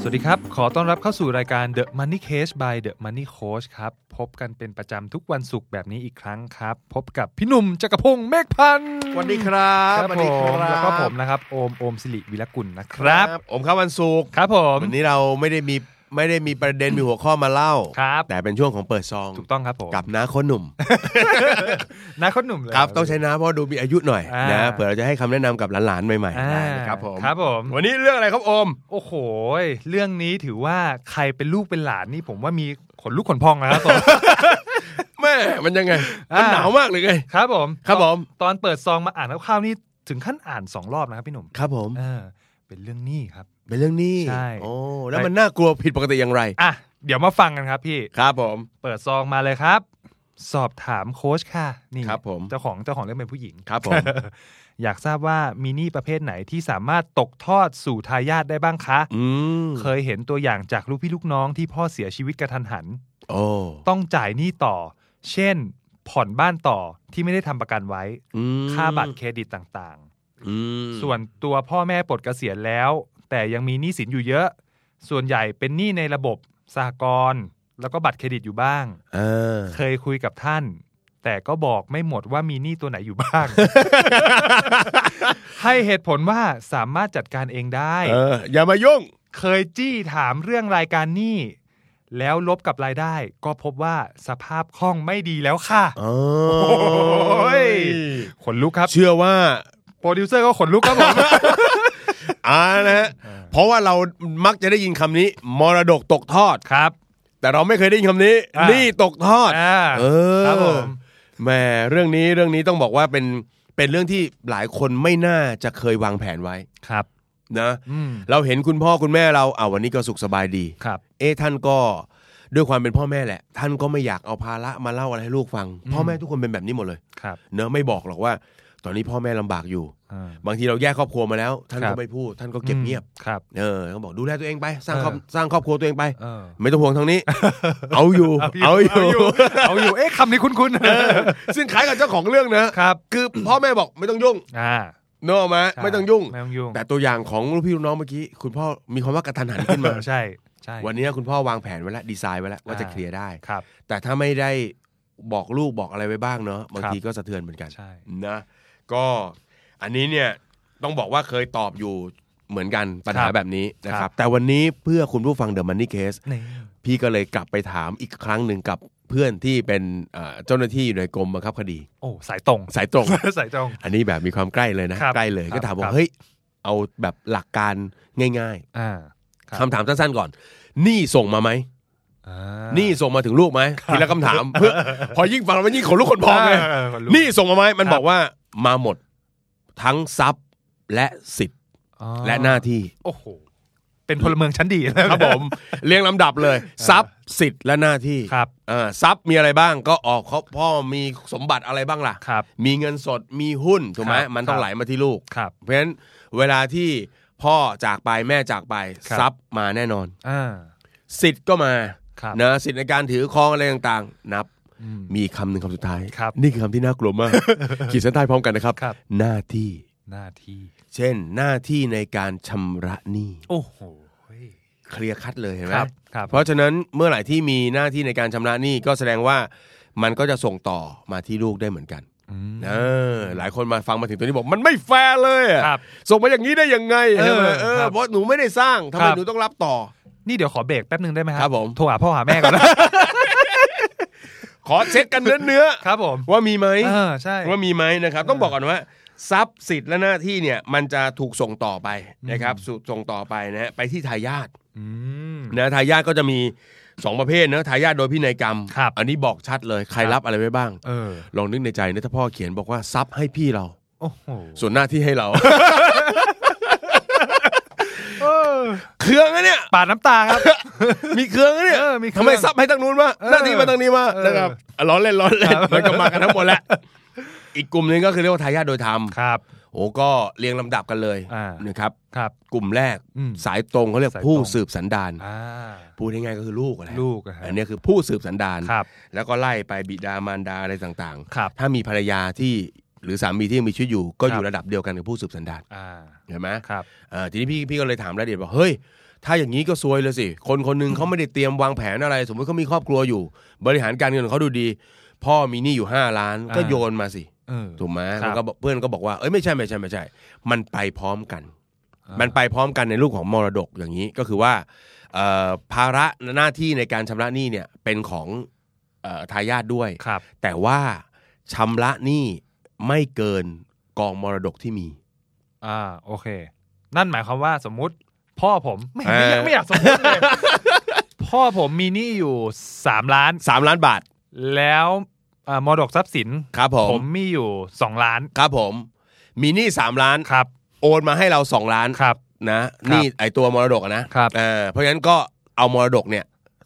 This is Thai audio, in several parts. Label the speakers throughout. Speaker 1: สวัสดีครับ ขอต้อนรับเข้าสู่รายการ The Money Case by The Money Coach ครับ พบกันเป็นประจำทุกวันศุกร์แบบนี้อีกครั้งครับ พบกับพี่หนุ่มจักรพงศ์เมฆพันธ์
Speaker 2: สวัสดีครับ
Speaker 1: ครับผมแล้วก็ผมนะครับ โอม โอมสิริวิรกุลนะครับ
Speaker 2: ผมครับวันศุกร์
Speaker 1: ครับผม
Speaker 2: วันนี้เราไม่ได้มีไม่ได้มีประเด็นมีหัวข้อมาเล่า
Speaker 1: ครับ
Speaker 2: แต่เป็นช่วงของเปิดซอง
Speaker 1: ถูกต้องครับผม
Speaker 2: กับน้าคนหนุ่ม
Speaker 1: นะคนหนุ่มเลย
Speaker 2: ครับต้องใช้น้าเพราะดูมีอายุหน่อย
Speaker 1: อ่าน
Speaker 2: นะเผื่อเราจะให้คำแนะนำกับหลานๆใหม่
Speaker 1: อ่า
Speaker 2: ๆได้นะครับผม
Speaker 1: ครับผม
Speaker 2: วันนี้เรื่องอะไรครับโอม
Speaker 1: โอ้โห เรื่องนี้ถือว่าใครเป็นลูกเป็นหลานนี่ผมว่ามีขนลุกขนพองนะครับ ผม
Speaker 2: แม่มันยังไง
Speaker 1: อ่ามั
Speaker 2: มันหนาวมากเลยไง
Speaker 1: ครับผม
Speaker 2: ครับผม
Speaker 1: ตอนเปิดซองมาอ่านคร่าวๆนี่ถึงขั้นอ่านสองรอบนะครับพี่หนุ่ม
Speaker 2: ครับผม
Speaker 1: เออเป็นเรื่องหนี้ครับ
Speaker 2: เป็นเรื่องนี้
Speaker 1: ใช่
Speaker 2: โอ้แล้วมันน่ากลัวผิดปกติอย่างไร
Speaker 1: อ่ะเดี๋ยวมาฟังกันครับพี่
Speaker 2: ครับผม
Speaker 1: เปิดซองมาเลยครับ สอบถามโค้ชค่ะ นี่
Speaker 2: ครับผม
Speaker 1: เจ้าของเจ้าของเรื่องเป็นผู้หญิง
Speaker 2: ครับผม
Speaker 1: อยากทราบว่ามีหนี้ประเภทไหนที่สามารถตกทอดสู่ทายาทได้บ้างคะ
Speaker 2: อืม
Speaker 1: เคยเห็นตัวอย่างจากลูกพี่ลูกน้องที่พ่อเสียชีวิตกระทันหัน
Speaker 2: โอ้
Speaker 1: ต้องจ่ายหนี้ต่อ เช่น ผ่อนบ้านต่อที่ไม่ได้ทำประกันไว้
Speaker 2: อืม
Speaker 1: ค่าบัตรเครดิตต่าง
Speaker 2: อืม
Speaker 1: ๆ ส่วนตัวพ่อแม่ปลดเกษียณแล้ว แต่ยังมีหนี้สินอยู่เยอะ ส่วนใหญ่เป็นหนี้ในระบบสหกรณ์แล้วก็บัตรเครดิตอยู่บ้าง
Speaker 2: เออ
Speaker 1: เคยคุยกับท่าน แต่ก็บอกไม่หมดว่ามีหนี้ตัวไหนอยู่บ้าง ให้เหตุผลว่าสามารถจัดการเองได้
Speaker 2: เอออย่ามายุ่ง
Speaker 1: เคยจี้ถามเรื่องรายการหนี้ แล้วลบกับรายได้ ก็พบว่าสภาพคล่องไม่ดีแล้วค่ะ
Speaker 2: โอ้
Speaker 1: ย ขนลุกครับ
Speaker 2: เชื่อว่า
Speaker 1: โปรดิวเซอร์ก็ขนลุกครับผม
Speaker 2: อ่านะฮะเพราะว่าเรามักจะได้ยินคำนี้ มรดกตกทอด
Speaker 1: ครับ
Speaker 2: แต่เราไม่เคยได้ยินคำนี้
Speaker 1: อ่า
Speaker 2: หนี่ตกทอด
Speaker 1: อ่า
Speaker 2: เออ
Speaker 1: ครับผม
Speaker 2: แหมเรื่องนี้เรื่องนี้ต้องบอกว่าเป็นเป็นเรื่องที่หลายคนไม่น่าจะเคยวางแผนไว้
Speaker 1: ครับ
Speaker 2: นะ
Speaker 1: อืม
Speaker 2: เราเห็นคุณพ่อคุณแม่เราเอาวันนี้ก็สุขสบายดี
Speaker 1: ครับ
Speaker 2: เอะท่านก็ด้วยความเป็นพ่อแม่แหละ ท่านก็ไม่อยากเอาภาระมาเล่าอะไรให้ลูกฟัง พ่อแม่ทุกคนเป็นแบบนี้หมดเลย
Speaker 1: ครับ
Speaker 2: เนอะไม่บอกหรอกว่า ตอนนี้พ่อแม่ลำบากอยู่
Speaker 1: อ่า
Speaker 2: บางทีเราแยกครอบครัวมาแล้ว ท่าน
Speaker 1: ครั
Speaker 2: ก็
Speaker 1: บ
Speaker 2: ไม่พูด ท่านก็เก็บเงียบ
Speaker 1: ครับ
Speaker 2: เออเขาบอกดูแลตัวเองไป สร้างครอบ
Speaker 1: เออ
Speaker 2: สร้างครอบครัวตัวเองไป
Speaker 1: เออ
Speaker 2: ไม่ต้องห่วงทางนี้ เอาอยู่ เอาอยู่
Speaker 1: เอาอยู่เอ๊ะคำนี้คุ้นๆ
Speaker 2: ซึ่งคล้ายกับเจ้าของเรื่องนะครับ คือพ่อแม่บอกไม่ต้องยุ่ง
Speaker 1: อ่า
Speaker 2: เนกอะไหม
Speaker 1: ใช่
Speaker 2: ไม่ต้องยุ่ง
Speaker 1: ไม่ต้องยุ่ง
Speaker 2: แต่ตัวอย่างของลูกพี่ลูกน้องเมื่อกี้คุณพ่อมีความว่ากระทันหันขึ้นมา
Speaker 1: ใช่ใช่
Speaker 2: วันนี้คุณพ่อวางแผนไว้แล้วดีไซน์ไว้แล้วว่าจะ
Speaker 1: อ่า
Speaker 2: เคลียร์ได้
Speaker 1: ครับ
Speaker 2: แต่ถ้าไม่ได้บอกลูกบอกอะไรไว้บ้างเนอะบางทีก็สะเทือนเหมือนกัน
Speaker 1: ใช่
Speaker 2: นะก็อันนี้เนี่ยต้องบอกว่าเคยตอบอยู่เหมือนกันปัญ
Speaker 1: ค
Speaker 2: หา
Speaker 1: รับ
Speaker 2: แบบนี้นะค
Speaker 1: ครั
Speaker 2: รับ บ แต่วันนี้เพื่อคุณผู้ฟัง The Money Case
Speaker 1: ใน
Speaker 2: พี่ก็เลยกลับไปถามอีกครั้งหนึ่งกับเพื่อนที่เป็นเอ่อเจ้าหน้าที่อยู่ในกรมบังคับคดี
Speaker 1: โอ้สายตรง
Speaker 2: สายตรง
Speaker 1: สายตรง
Speaker 2: อันนี้แบบมีความใกล้เลยนะครับ ใกล้เลยก็ถาม
Speaker 1: ครั
Speaker 2: ว่า
Speaker 1: บ
Speaker 2: เฮ้ยเอาแบบหลักการง่าย
Speaker 1: อ่า ครับ
Speaker 2: ๆคำถามสั้นๆก่อนหนี่ส่งมาไหม
Speaker 1: อ่า
Speaker 2: หนี่ส่งมาถึงลูกไหมทีละคำถาม เพื่อพอยิ่งฟังแล้วมันยิ่งขนลุกขนพองเลย
Speaker 1: เออขลุก
Speaker 2: หนี่ส่งมาไหมมัน
Speaker 1: ครับ
Speaker 2: บอกว่ามาหมดทั้งทรัพย์และสิทธิ์
Speaker 1: อ๋อ
Speaker 2: และหน้าที่
Speaker 1: โอ้โห เป็นพลเมืองชั้นดี
Speaker 2: ครับผม เรียงลำดับเลย ทรัพย์สิทธิ์และหน้าที่
Speaker 1: ครับ
Speaker 2: อ่าทรัพย์มีอะไรบ้างก็ออกเขาพ่อมีสมบัติอะไรบ้างล่ะ
Speaker 1: ครับ
Speaker 2: มีเงินสดมีหุ้นถูกไหม
Speaker 1: ครับ
Speaker 2: มันต้อ
Speaker 1: ครั
Speaker 2: ง
Speaker 1: บ
Speaker 2: ไหลมาที่ลูก
Speaker 1: ครับ
Speaker 2: เพราะฉะนั้นเวลาที่พ่อจากไปแม่จากไป
Speaker 1: ครับ
Speaker 2: ทรัพย์มาแน่นอน
Speaker 1: อ่า
Speaker 2: สิทธิ์ก็มา
Speaker 1: ครับ
Speaker 2: นะสิทธิ์ในการถือครองอะไรต่างๆ นับ
Speaker 1: อืม
Speaker 2: มีคำหนึ่งคำสุดท้าย
Speaker 1: ครับ
Speaker 2: นี่คือคำที่น่ากลัว มาก ขีดเส้นใต้พร้อมกันนะครับ
Speaker 1: ครับ
Speaker 2: หน้าที่
Speaker 1: หน้าที่
Speaker 2: เช่นหน้าที่ในการชำระหนี้
Speaker 1: โอ้โห
Speaker 2: เคลียร์คัดเลยเห็นไห
Speaker 1: ค
Speaker 2: ม
Speaker 1: รับ ครับ
Speaker 2: เพราะฉะนั้นเมื่อไหร่ที่มีหน้าที่ในการชำระหนี้ก็แสดงว่ามันก็จะส่งต่อมาที่ลูกได้เหมือนกัน
Speaker 1: อืม
Speaker 2: เออหลายคนมาฟังมาถึงตัวนี้บอกมันไม่แฟร์เลยอะ
Speaker 1: ครับ
Speaker 2: ส่งมาอย่างนี้ได้ยังไง
Speaker 1: เออ
Speaker 2: ใช่ไหมเออ
Speaker 1: ครับ
Speaker 2: เพราะหนูไม่ได้สร้าง
Speaker 1: ค
Speaker 2: ทำไม
Speaker 1: รับ
Speaker 2: หนูต้องรับต่อ
Speaker 1: นี่เดี๋ยวขอเบรกแป๊บนึงได้ไหมครั
Speaker 2: ครับผม
Speaker 1: โทรหาพ่อหาแม่ก่อนนะ
Speaker 2: ขอเช็คกันเนื้อเนื้อๆ
Speaker 1: ครับผม
Speaker 2: ว่ามีไหม
Speaker 1: เออใช่
Speaker 2: ว่ามีไหมนะครับ ต้องบอกก่อนว่าทรัพย์สิทธิ์และหน้าที่เนี่ยมันจะถูกส่งต่อไปนะครับสู่ส่งต่อไปนะฮะไปที่ทายาท
Speaker 1: อืม
Speaker 2: นะทายาทก็จะมี 2 ประเภทนะทายาทโดยพินัยกรรม
Speaker 1: ครับ
Speaker 2: อันนี้บอกชัดเลยใครรับอะไรไว้บ้าง
Speaker 1: เออ
Speaker 2: ลองนึกในใจนะถ้าพ่อเขียนบอกว่าทรัพย์ให้พี่เรา
Speaker 1: โอ้โห
Speaker 2: ส่วนหน้าที่ให้เรา
Speaker 1: เออ
Speaker 2: เครื่องอะเนี่ย
Speaker 1: ปาดน้ำตาครับ
Speaker 2: มีเครื่องอะเนี่ย
Speaker 1: เออมีเครื่อง
Speaker 2: ทำไมทรัพย์ให้ทางนู้นวะ
Speaker 1: เออ
Speaker 2: หน้าที่มาทางนี้วะ
Speaker 1: เออ
Speaker 2: นะครับ อ่ะล้อเล่นล้อเล่นมันก็มากันทั้งหมดแหละ อีกกลุ่มหนึงก็คือเรียกว่าทายาทโดยธรรม
Speaker 1: ครับ
Speaker 2: โอ้ก็เรียงลำดับกันเลย
Speaker 1: อ่า
Speaker 2: นะครับ
Speaker 1: ครับ
Speaker 2: กลุ่มแรก
Speaker 1: อืม
Speaker 2: สายตรงเขาเรียก
Speaker 1: สายตรง
Speaker 2: ผู้สืบสันดาน
Speaker 1: อ่า
Speaker 2: พูดง่ายๆก็คือลูกอะไร
Speaker 1: ลูกอะฮะ
Speaker 2: อันเนี้ยคือผู้สืบสันดาน
Speaker 1: ครับ
Speaker 2: แล้วก็ไล่ไปบิดามารดาอะไรต่าง
Speaker 1: ครับ
Speaker 2: ๆ ถ้ามีภรรยาที่หรือสามีที่ยังมีชีวิตอยู่ ก็
Speaker 1: ครับ
Speaker 2: อยู่ระดับเดียวกันกับผู้สืบสันดาน
Speaker 1: อ่า
Speaker 2: เห็นไหม
Speaker 1: ครับ
Speaker 2: เอ่อทีนี้พี่พี่ก็เลยถามรายละเอียดบอกเฮ้ย ถ้าอย่างนี้ก็ซวยเลยสิ คนคนหนึ่งเขาไม่ได้เตรียมวางแผนอะไร สมมติเขามีครอบครัวอยู่ บริหารการเงินของเขาดูดี พ่อมีหนี้อยู่ห้าล้านก็โยนมาสิ
Speaker 1: เออ
Speaker 2: ถูกไหม
Speaker 1: ครับ
Speaker 2: มันก็บอกเพื่อนก็บอกว่าเอ้ยไม่ใช่ไม่ใช่ไม่ใช่ มันไปพร้อมกัน มันไปพร้อมกันในรูปของมรดกอย่างนี้ก็คือว่าเอ่อภาระหน้าที่ในการชำระหนี้เนี่ยเป็นของเอ่อทายาทด้วย
Speaker 1: ครับ
Speaker 2: แต่ว่าชำระหนี้ไม่เกินกองมรดกที่มี
Speaker 1: อ่าโอเค นั่นหมายความว่าสมมุติ พ่อผมไม่
Speaker 2: เอ
Speaker 1: ไม่
Speaker 2: อ
Speaker 1: อยากไม่อยากสมมุติ เลย พ่อผมมีหนี้อยู่สามล้าน
Speaker 2: 3 ล้านบาท
Speaker 1: แล้วอ่ามรดกทรัพย์สิน
Speaker 2: ครับผ
Speaker 1: ผม มมีอยู่สองล้าน
Speaker 2: ครับผม มีหนี้3ล้าน
Speaker 1: ครับ
Speaker 2: โอนมาให้เรา 2 ล้าน
Speaker 1: ครับ
Speaker 2: นะ
Speaker 1: บ
Speaker 2: หนี่ไอตัวมรดกอะนะครับ เออเพราะฉะนั้นก็เอามรดกเนี่ย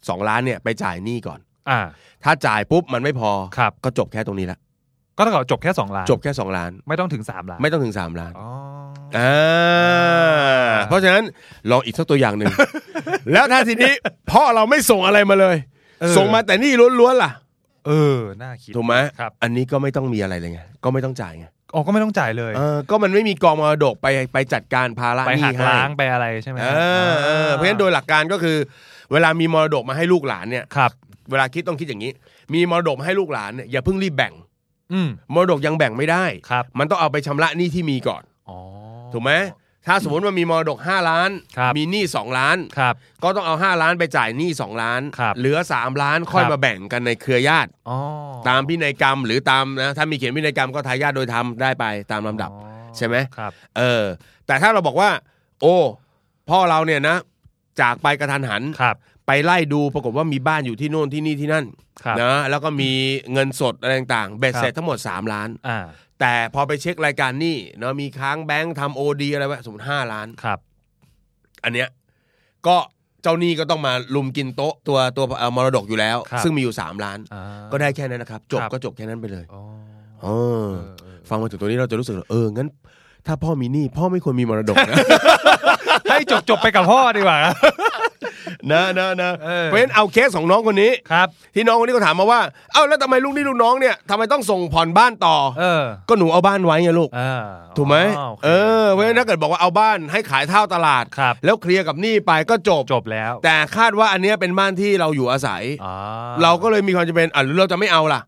Speaker 2: สองล้านเนี่ยไปจ่ายหนี้ก่อน
Speaker 1: อ่า
Speaker 2: ถ้าจ่ายปุ๊บมันไม่พอ
Speaker 1: ครับ
Speaker 2: ก็จบแค่ตรงนี้ละ
Speaker 1: ก็เท่ากับจบแค่สองล้าน
Speaker 2: จบแค่ 2 ล้าน
Speaker 1: ไม่ต้องถึงสามล้าน
Speaker 2: ไม่ต้องถึง 3 ล้าน
Speaker 1: อ๋อ
Speaker 2: อ่า
Speaker 1: า
Speaker 2: เพราะฉะนั้นลองอีกสักตัวอย่างห นึ่ง แล้วถ้าทีนี้พ่อเราไม่ส่งอะไรมาเลย
Speaker 1: เออ
Speaker 2: ส่งมาแต่หนี่ล้วนๆล่ะ
Speaker 1: เออน่าคิด
Speaker 2: ถูกไหม
Speaker 1: ครับ
Speaker 2: อันนี้ก็ไม่ต้องมีอะไรเลยไงก็ไม่ต้องจ่ายไง
Speaker 1: อ๋อก็ไม่ต้องจ่ายเลย
Speaker 2: เออก็มันไม่มีกองมรดกไปไปจัดการภาระ
Speaker 1: ไป
Speaker 2: หนี้
Speaker 1: หัก
Speaker 2: ให้
Speaker 1: ล้างไปอะไรใช่ไหม
Speaker 2: เออเออเพราะฉะนั้นโดยหลักการก็คือ เวลามีมรดกมาให้ลูกหลานเนี่ย
Speaker 1: ครับ
Speaker 2: เวลาคิดต้องคิดอย่างนี้ มีมรดกมาให้ลูกหลานเนี่ยอย่าเพิ่งรีบแบ่ง
Speaker 1: อืม
Speaker 2: มรดกยังแบ่งไม่ได้
Speaker 1: ครับ
Speaker 2: มันต้องเอาไปชำระหนี้ที่มีก่อน
Speaker 1: อ๋อ
Speaker 2: ถูกไหมถ้าสมมติว่ามีมรดก 5 ล้าน
Speaker 1: ครับ
Speaker 2: มีหนี้2ล้าน
Speaker 1: ครับ
Speaker 2: ก็ต้องเอา 5 ล้านไปจ่ายหนี้2ล้าน
Speaker 1: ครับ
Speaker 2: เหลือ 3 ล้านค่อย
Speaker 1: ครับ
Speaker 2: มาแบ่งกันในเครือญาติ
Speaker 1: อ๋อ
Speaker 2: ตามพินัยกรรมหรือตามนะถ้ามีเขียนพินัยกรรมก็ทายาทโดยธรรมได้ไปตามลำดับ
Speaker 1: อ๋อ
Speaker 2: ใช่ไหม
Speaker 1: ครับ
Speaker 2: เออ แต่ถ้าเราบอกว่า โอ้พ่อเราเนี่ยนะ จากไปกระทันหัน
Speaker 1: ครับ
Speaker 2: ไปไล่ดูปรากฏว่ามีบ้านอยู่ที่โน่นที่นี่ที่นั่น
Speaker 1: ครับ
Speaker 2: นะแล้วก็มีเงินสดอะไรต่างๆเบ็ด
Speaker 1: ครับ
Speaker 2: เสร็จทั้งหมด 3 ล้าน
Speaker 1: อ่า
Speaker 2: แต่พอไปเช็ครายการหนี้เนาะมีค้างแบงค์ทำโอดีอะไรไว้สมมติห้าล้าน
Speaker 1: ครับ
Speaker 2: อันเนี้ยก็เจ้าหนี้ก็ต้องมาลุมกินโต๊ะตัวตัวเอ่อมรดกอยู่แล้ว ซึ่งมีอยู่ 3 ล้าน
Speaker 1: อ่า
Speaker 2: ก็ได้แค่นั้นนะครับ จบ
Speaker 1: ครับ
Speaker 2: ก็จบแค่นั้นไปเลย
Speaker 1: อ๋อ
Speaker 2: เอ
Speaker 1: เออ
Speaker 2: อ
Speaker 1: เออ
Speaker 2: ฟังมาถึงตรงนี้เราจะรู้สึกว่าเอองั้น ถ้าพ่อมีหนี้พ่อไม่ควรมีมรดกนะ
Speaker 1: ให้จบจบไปกับพ่อดีกว่า
Speaker 2: นะนะนะ
Speaker 1: เออ
Speaker 2: เพราะฉะนั้นเอาเคสของน้องคนนี้
Speaker 1: ครับ
Speaker 2: ที่น้องคนนี้ก็ถามมาว่าเอ้าแล้วทำไมลูกหนี่ลูกน้องเนี่ยทำไมต้องส่งผ่อนบ้านต่อ
Speaker 1: เออ
Speaker 2: ก็หนูเอาบ้านไว้ไงลูก
Speaker 1: อ่า
Speaker 2: ถูกไหม
Speaker 1: อ๋โค
Speaker 2: เออเพราะฉะนั้นถ้าเกิดบอกว่าเอาบ้านให้ขายเท่าตลาด
Speaker 1: ครับ
Speaker 2: แล้วเคลียร์กับหนี้ไปก็จบ
Speaker 1: จบแล้ว
Speaker 2: แต่คาดว่าอันเนี้ยเป็นบ้านที่เราอยู่อาศัย
Speaker 1: อ๋อ
Speaker 2: เราก็เลยมีความจำเป็นอ่ะหรือเราจะไม่เอาล่ะ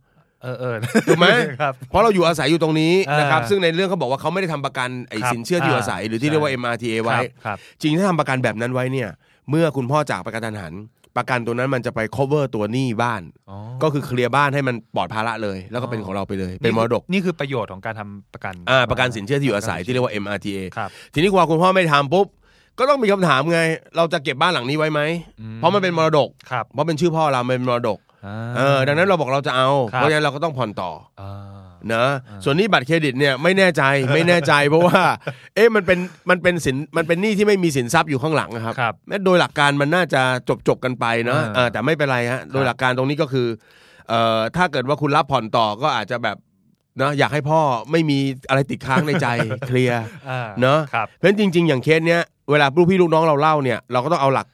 Speaker 1: เออเออ
Speaker 2: ถูกไหม
Speaker 1: ครับ
Speaker 2: เพราะเราอยู่อาศัยอยู่ตรงนี้
Speaker 1: เออ
Speaker 2: นะครับซึ่งในเรื่องเขาบอกว่าเขาไม่ได้ทำประกันไอ้
Speaker 1: ครับ
Speaker 2: สินเชื่อที่อยู่อาศัยหรือที่เรียกว่า
Speaker 1: ใช่
Speaker 2: MRTA ไว้
Speaker 1: ครับครับ
Speaker 2: จริงถ้าทำประกันแบบนั้นไว้เนี่ยเมื่อคุณพ่อจากไปกระทันหัน ประกันตัวนั้นมันจะไป cover ตัวหนี้บ้าน
Speaker 1: อ๋อ
Speaker 2: ก็คือเคลียร์บ้านให้มันปลอดภาระเลย แล้วก็เป็นของเราไปเลย เป็นมรดก
Speaker 1: นี่คือประโยชน์ของการทำประกัน
Speaker 2: อ่าประกันสินเชื่อที่อยู่อาศัยที่เรียกว่า MRTA
Speaker 1: ครับ
Speaker 2: ทีนี้ความคุณพ่อไม่ทำปุ๊บก็ต้องมีคำถามไง เราจะเก็บบ้านหลังนี้ไว้ไหม
Speaker 1: อืม
Speaker 2: เพราะมันเป็นมรดก
Speaker 1: ครับ
Speaker 2: เพราะเป็นชื่อพ่อเราเป็นมรดก
Speaker 1: อ่า
Speaker 2: เออดังนั้นเราบอกเราจะเอา
Speaker 1: ครับ
Speaker 2: เพราะฉะนั้นเราก็ต้องผ่อนต่อ
Speaker 1: อ่า
Speaker 2: นะ
Speaker 1: อ่า
Speaker 2: ส่วนหนี้บัตรเครดิตเนี่ยไม่แน่ใจไม่แน่ใจ เพราะว่า เอ๊ะมันเป็นมันเป็นสินมันเป็นหนี้ที่ไม่มีสินทรัพย์อยู่ข้างหลังนะครับ
Speaker 1: ครับ
Speaker 2: แม้โดยหลักการมันน่าจะจบจบๆกันไปเนอะ
Speaker 1: อ่า
Speaker 2: เออแต่ไม่เป็นไรฮะโดยหลักการตรงนี้ก็คือเอ่อถ้าเกิดว่าคุณรับผ่อนต่อก็อาจจะแบบนะอยากให้พ่อไม่มีอะไรติดค้างในใจ เคลียร์
Speaker 1: อ่า
Speaker 2: เนอะ
Speaker 1: ครับ
Speaker 2: เพราะฉะนั้นจริง ๆ อย่างเคสเนี้ยเวลาลูกพี่ลูกน้องเราเล่าเนี่ยเราก็ต้องเอาหลัก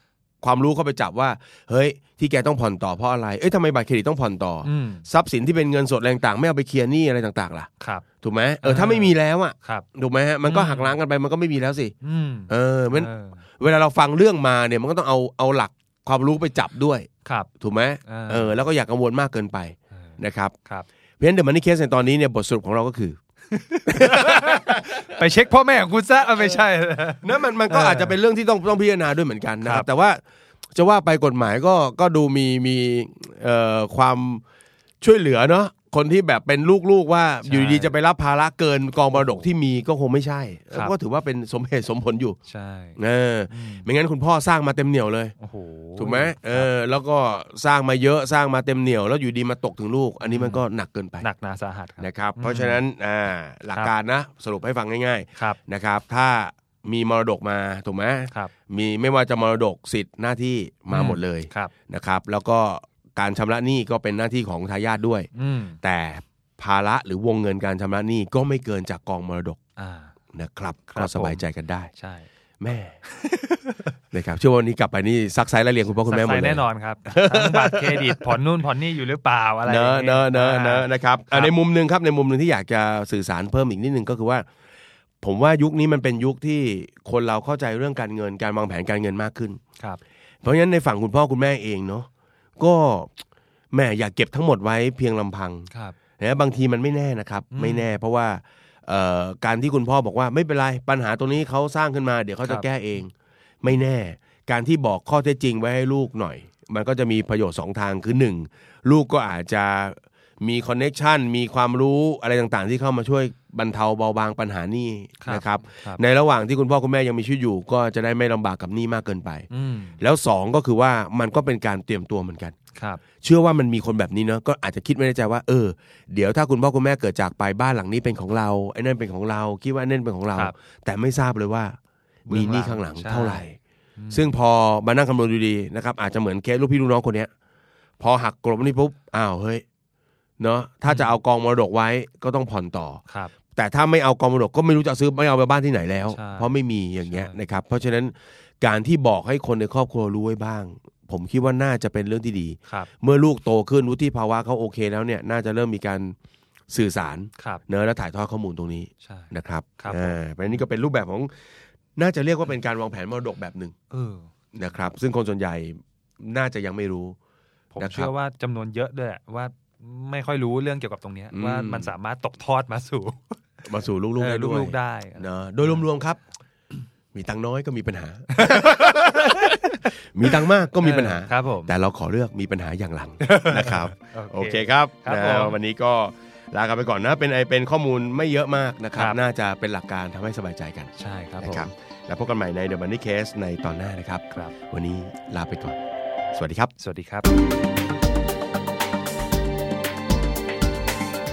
Speaker 2: ความรู้เข้าไปจับว่า เฮ้ย ที่แกต้องผ่อนต่อเพราะอะไร เอ้ยทำไมบัตรเครดิตต้องผ่อนต่ออ
Speaker 1: อืม
Speaker 2: ทรัพย์สินที่เป็นเงินสดอะไรต่างๆไม่เอาไปเคลียร์หนี้อะไรต่างๆล่ะ
Speaker 1: ครับ
Speaker 2: ถูกไหมเออ
Speaker 1: เออ
Speaker 2: ถ้าไม่มีแล้วอ่ะ
Speaker 1: ครับ
Speaker 2: ถูกไหมฮะมันก็
Speaker 1: อืม
Speaker 2: หักล้างกันไปมันก็ไม่มีแล้วสิ
Speaker 1: อืม
Speaker 2: เออเพราะฉะนั้น
Speaker 1: เออ
Speaker 2: เวลาเราฟังเรื่องมาเนี่ยมันก็ต้องเอาเอาหลักความรู้ไปจับด้วย
Speaker 1: ครับ
Speaker 2: ถูกไหมาเออแล้วก็อย่ากังวลมากเกินไป
Speaker 1: เออ
Speaker 2: นะครับ
Speaker 1: ครับ
Speaker 2: เพราะฉะนั้นเดี๋ยวมันนี่เคสในตอนนี้เนี่ยบทสรุปของเราก็คือ
Speaker 1: ไปเช็คพ่อแม่ของคุณซะเอาไม่ใช่
Speaker 2: นะมันมันก็
Speaker 1: เอออ
Speaker 2: อาจจะเป็นเรื่องที่ต้องต้องพิจารณาด้วยเหมือนกันนะค
Speaker 1: ครั
Speaker 2: รับ
Speaker 1: บ
Speaker 2: แต่ว่าจะว่าไปกฎหมายก็ก็ดูมีมีเอ่อความช่วยเหลือเนาะคนที่แบบเป็นลูกๆว่าอยู่ดีๆจะไปรับภาระเกินกองมรดกที่มีก็คงไม่ใช่ก็ถือว่าเป็นสมเหตุสมผลอยู่
Speaker 1: ใช่
Speaker 2: เออ
Speaker 1: อืม
Speaker 2: ไม่งั้นคุณพ่อสร้างมาเต็มเหนียวเลย
Speaker 1: โอ้โห
Speaker 2: ถูกไหมเอ
Speaker 1: ครับ
Speaker 2: อแล้วก็สร้างมาเยอะสร้างมาเต็มเหนียว แล้วอยู่ดีมาตกถึงลูก อันนี้มันก็หนักเกินไป
Speaker 1: หนักหนาสาหัสครับ
Speaker 2: นะครับ
Speaker 1: อืม
Speaker 2: เพราะฉะนั้นอ่าหลักการนะสรุปให้ฟังง่าย
Speaker 1: ครับ
Speaker 2: ๆนะครับถ้ามีมรดกมาถูกไหม
Speaker 1: ครับ
Speaker 2: มีไม่ว่าจะมรดกสิทธิ์หน้าที่มา
Speaker 1: อืม
Speaker 2: หมดเลย
Speaker 1: ครับ
Speaker 2: นะครับ แล้วก็การชำระหนี้ก็เป็นหน้าที่ของทายาทด้วย
Speaker 1: อืม
Speaker 2: แต่ภาระหรือวงเงินการชำระหนี้ก็ไม่เกินจากกองมรดก
Speaker 1: อ่า
Speaker 2: นะครับ
Speaker 1: ครับ
Speaker 2: ก็สบาย
Speaker 1: ผม
Speaker 2: ใจกันได้
Speaker 1: ใช่
Speaker 2: แม่ นะครับเชื่อว่าวันนี้กลับไปนี่ซักไซส์และเรียงคุณพ่อคุณแม่หมด
Speaker 1: ใส่
Speaker 2: เลย
Speaker 1: แน่นอนครับทั้งบัตรเครดิต ผ่อนนู่นผ่อนนี่อยู่หรือเปล่าอะไร
Speaker 2: เนอะ
Speaker 1: ย่างงี้ย
Speaker 2: เนอะเนอะเนอะนะครับ
Speaker 1: ค
Speaker 2: อ่ะ
Speaker 1: รับ
Speaker 2: ในมุมหนึ่งครับในมุมหนึ่งที่อยากจะสื่อสารเพิ่มอีกนิดนึงก็คือว่า ผมว่ายุคนี้มันเป็นยุคที่คนเราเข้าใจเรื่องการเงินการวางแผนการเงินมากขึ้น
Speaker 1: ครับ
Speaker 2: เพราะฉะนั้นในฝั่งคุณพ่อคุณแม่เองเนาะก็แม่อยากเก็บทั้งหมดไว้เพียงลำพัง
Speaker 1: ครับ
Speaker 2: นะบางทีมันไม่แน่นะครับ
Speaker 1: อืม
Speaker 2: ไม่แน่ เพราะว่าเอ่อการที่คุณพ่อบอกว่าไม่เป็นไรปัญหาตรงนี้เขาสร้างขึ้นมา เดี๋ยวเขา
Speaker 1: ค
Speaker 2: จะ
Speaker 1: รับ
Speaker 2: แก้เอง ไม่แน่ การที่บอกข้อเท็จจริงไว้ให้ลูกหน่อย มันก็จะมีประโยชน์สองทางคือหนึ่งลูกก็อาจจะมีคอนเน็กชันมีความรู้อะไรต่างๆ ที่เข้ามาช่วยบรรเทาเบาบางปัญหานี่
Speaker 1: ครับ
Speaker 2: นะครับ
Speaker 1: ครับ
Speaker 2: ในระหว่างที่คุณพ่อคุณแม่ยังมีชีวิตอยู่ ก็จะได้ไม่ลำบากกับหนี้มากเกินไป
Speaker 1: อืม
Speaker 2: แล้วสองก็คือว่ามันก็เป็นการเตรียมตัวเหมือนกัน
Speaker 1: ครับ
Speaker 2: เชื่อว่ามันมีคนแบบนี้เนาะก็อาจจะคิดไว้ในใจว่าเออเดี๋ยวถ้าคุณพ่อคุณแม่เกิดจากไปบ้านหลังนี้เป็นของเราไอ้นั่นเป็นของเราคิดว่าไอ้นั่นเป็นของเรา
Speaker 1: ครับ
Speaker 2: แต่ไม่ทราบเลยว่า
Speaker 1: เบื้องหลัง
Speaker 2: มีหนี้ข้างหลัง
Speaker 1: ใช่
Speaker 2: เท่าไหร่ ซึ่งพอมานั่งคำนวณดูดีนะครับ อาจจะเหมือนเคสลูกพี่ลูกน้องคนเนี้ย พอหักกลบนี่ปุ๊บอ้าวเฮ้ยเนาะถ้าจะเอากองมรดกไว้ก็ต้องผ่อนต่อ
Speaker 1: ครับ
Speaker 2: แต่ถ้าไม่เอากองมรดกก็ไม่รู้จะซื้อไม่เอาไปบ้านที่ไหนแล้ว
Speaker 1: ใช่
Speaker 2: เพราะไม่มีอย่างเงี้ย
Speaker 1: ใช่
Speaker 2: นะครับ เพราะฉะนั้นการที่บอกให้คนในครอบครัวรู้ไว้บ้าง ผมคิดว่าน่าจะเป็นเรื่องที่ดี
Speaker 1: ครับ
Speaker 2: เมื่อลูกโตขึ้นวุฒิภาวะเขาโอเคแล้วเนี่ยน่าจะเริ่มมีการสื่อสาร
Speaker 1: ครับ
Speaker 2: เนอะและถ่ายทอดข้อมูลตรงนี้
Speaker 1: ใช่
Speaker 2: นะครับ
Speaker 1: ครับ
Speaker 2: อ่าเพราะฉะนั้นนี่ก็เป็นรูปแบบของน่าจะเรียกว่าเป็นการวางแผนมรดกแบบหนึ่ง
Speaker 1: เออ
Speaker 2: นะครับ ซึ่งคนส่วนใหญ่น่าจะยังไม่รู้
Speaker 1: ผม
Speaker 2: นะครับ
Speaker 1: เชื่อว่าจำนวนเยอะด้วยแหละว่าไม่ค่อยรู้เรื่องเกี่ยวกับตรงเนี้ย
Speaker 2: อืม
Speaker 1: ว่ามันสามารถตกทอดมาสู่
Speaker 2: มาสู่ลูกๆ
Speaker 1: เอ
Speaker 2: ได้
Speaker 1: อ
Speaker 2: ด้วย
Speaker 1: ลูกๆได้
Speaker 2: เนอะโดยรวมๆครับ มีตังค์น้อยก็มี ปัญหา มีตังค์มากก็มีปัญหา
Speaker 1: เออครับผม
Speaker 2: แต่เราขอเลือกมีปัญหาอย่าง หลัง นะครับ โอเคครับ
Speaker 1: ครับ
Speaker 2: นะ
Speaker 1: ผม
Speaker 2: วันนี้ก็ลากันไปก่อนนะ เป็นไอเป็นข้อมูลไม่เยอะมากนะครับ
Speaker 1: ครับ
Speaker 2: น่าจะเป็นหลักการทำให้สบายใจกัน
Speaker 1: ใช่ครับ
Speaker 2: นะ
Speaker 1: ผม
Speaker 2: ครับ แล้วพบกันใหม่ใน The Money Case ในตอนหน้านะครับ
Speaker 1: ครับ
Speaker 2: วันนี้ลาไปก่อน สวัสดีครับ
Speaker 1: สวัสดีครับ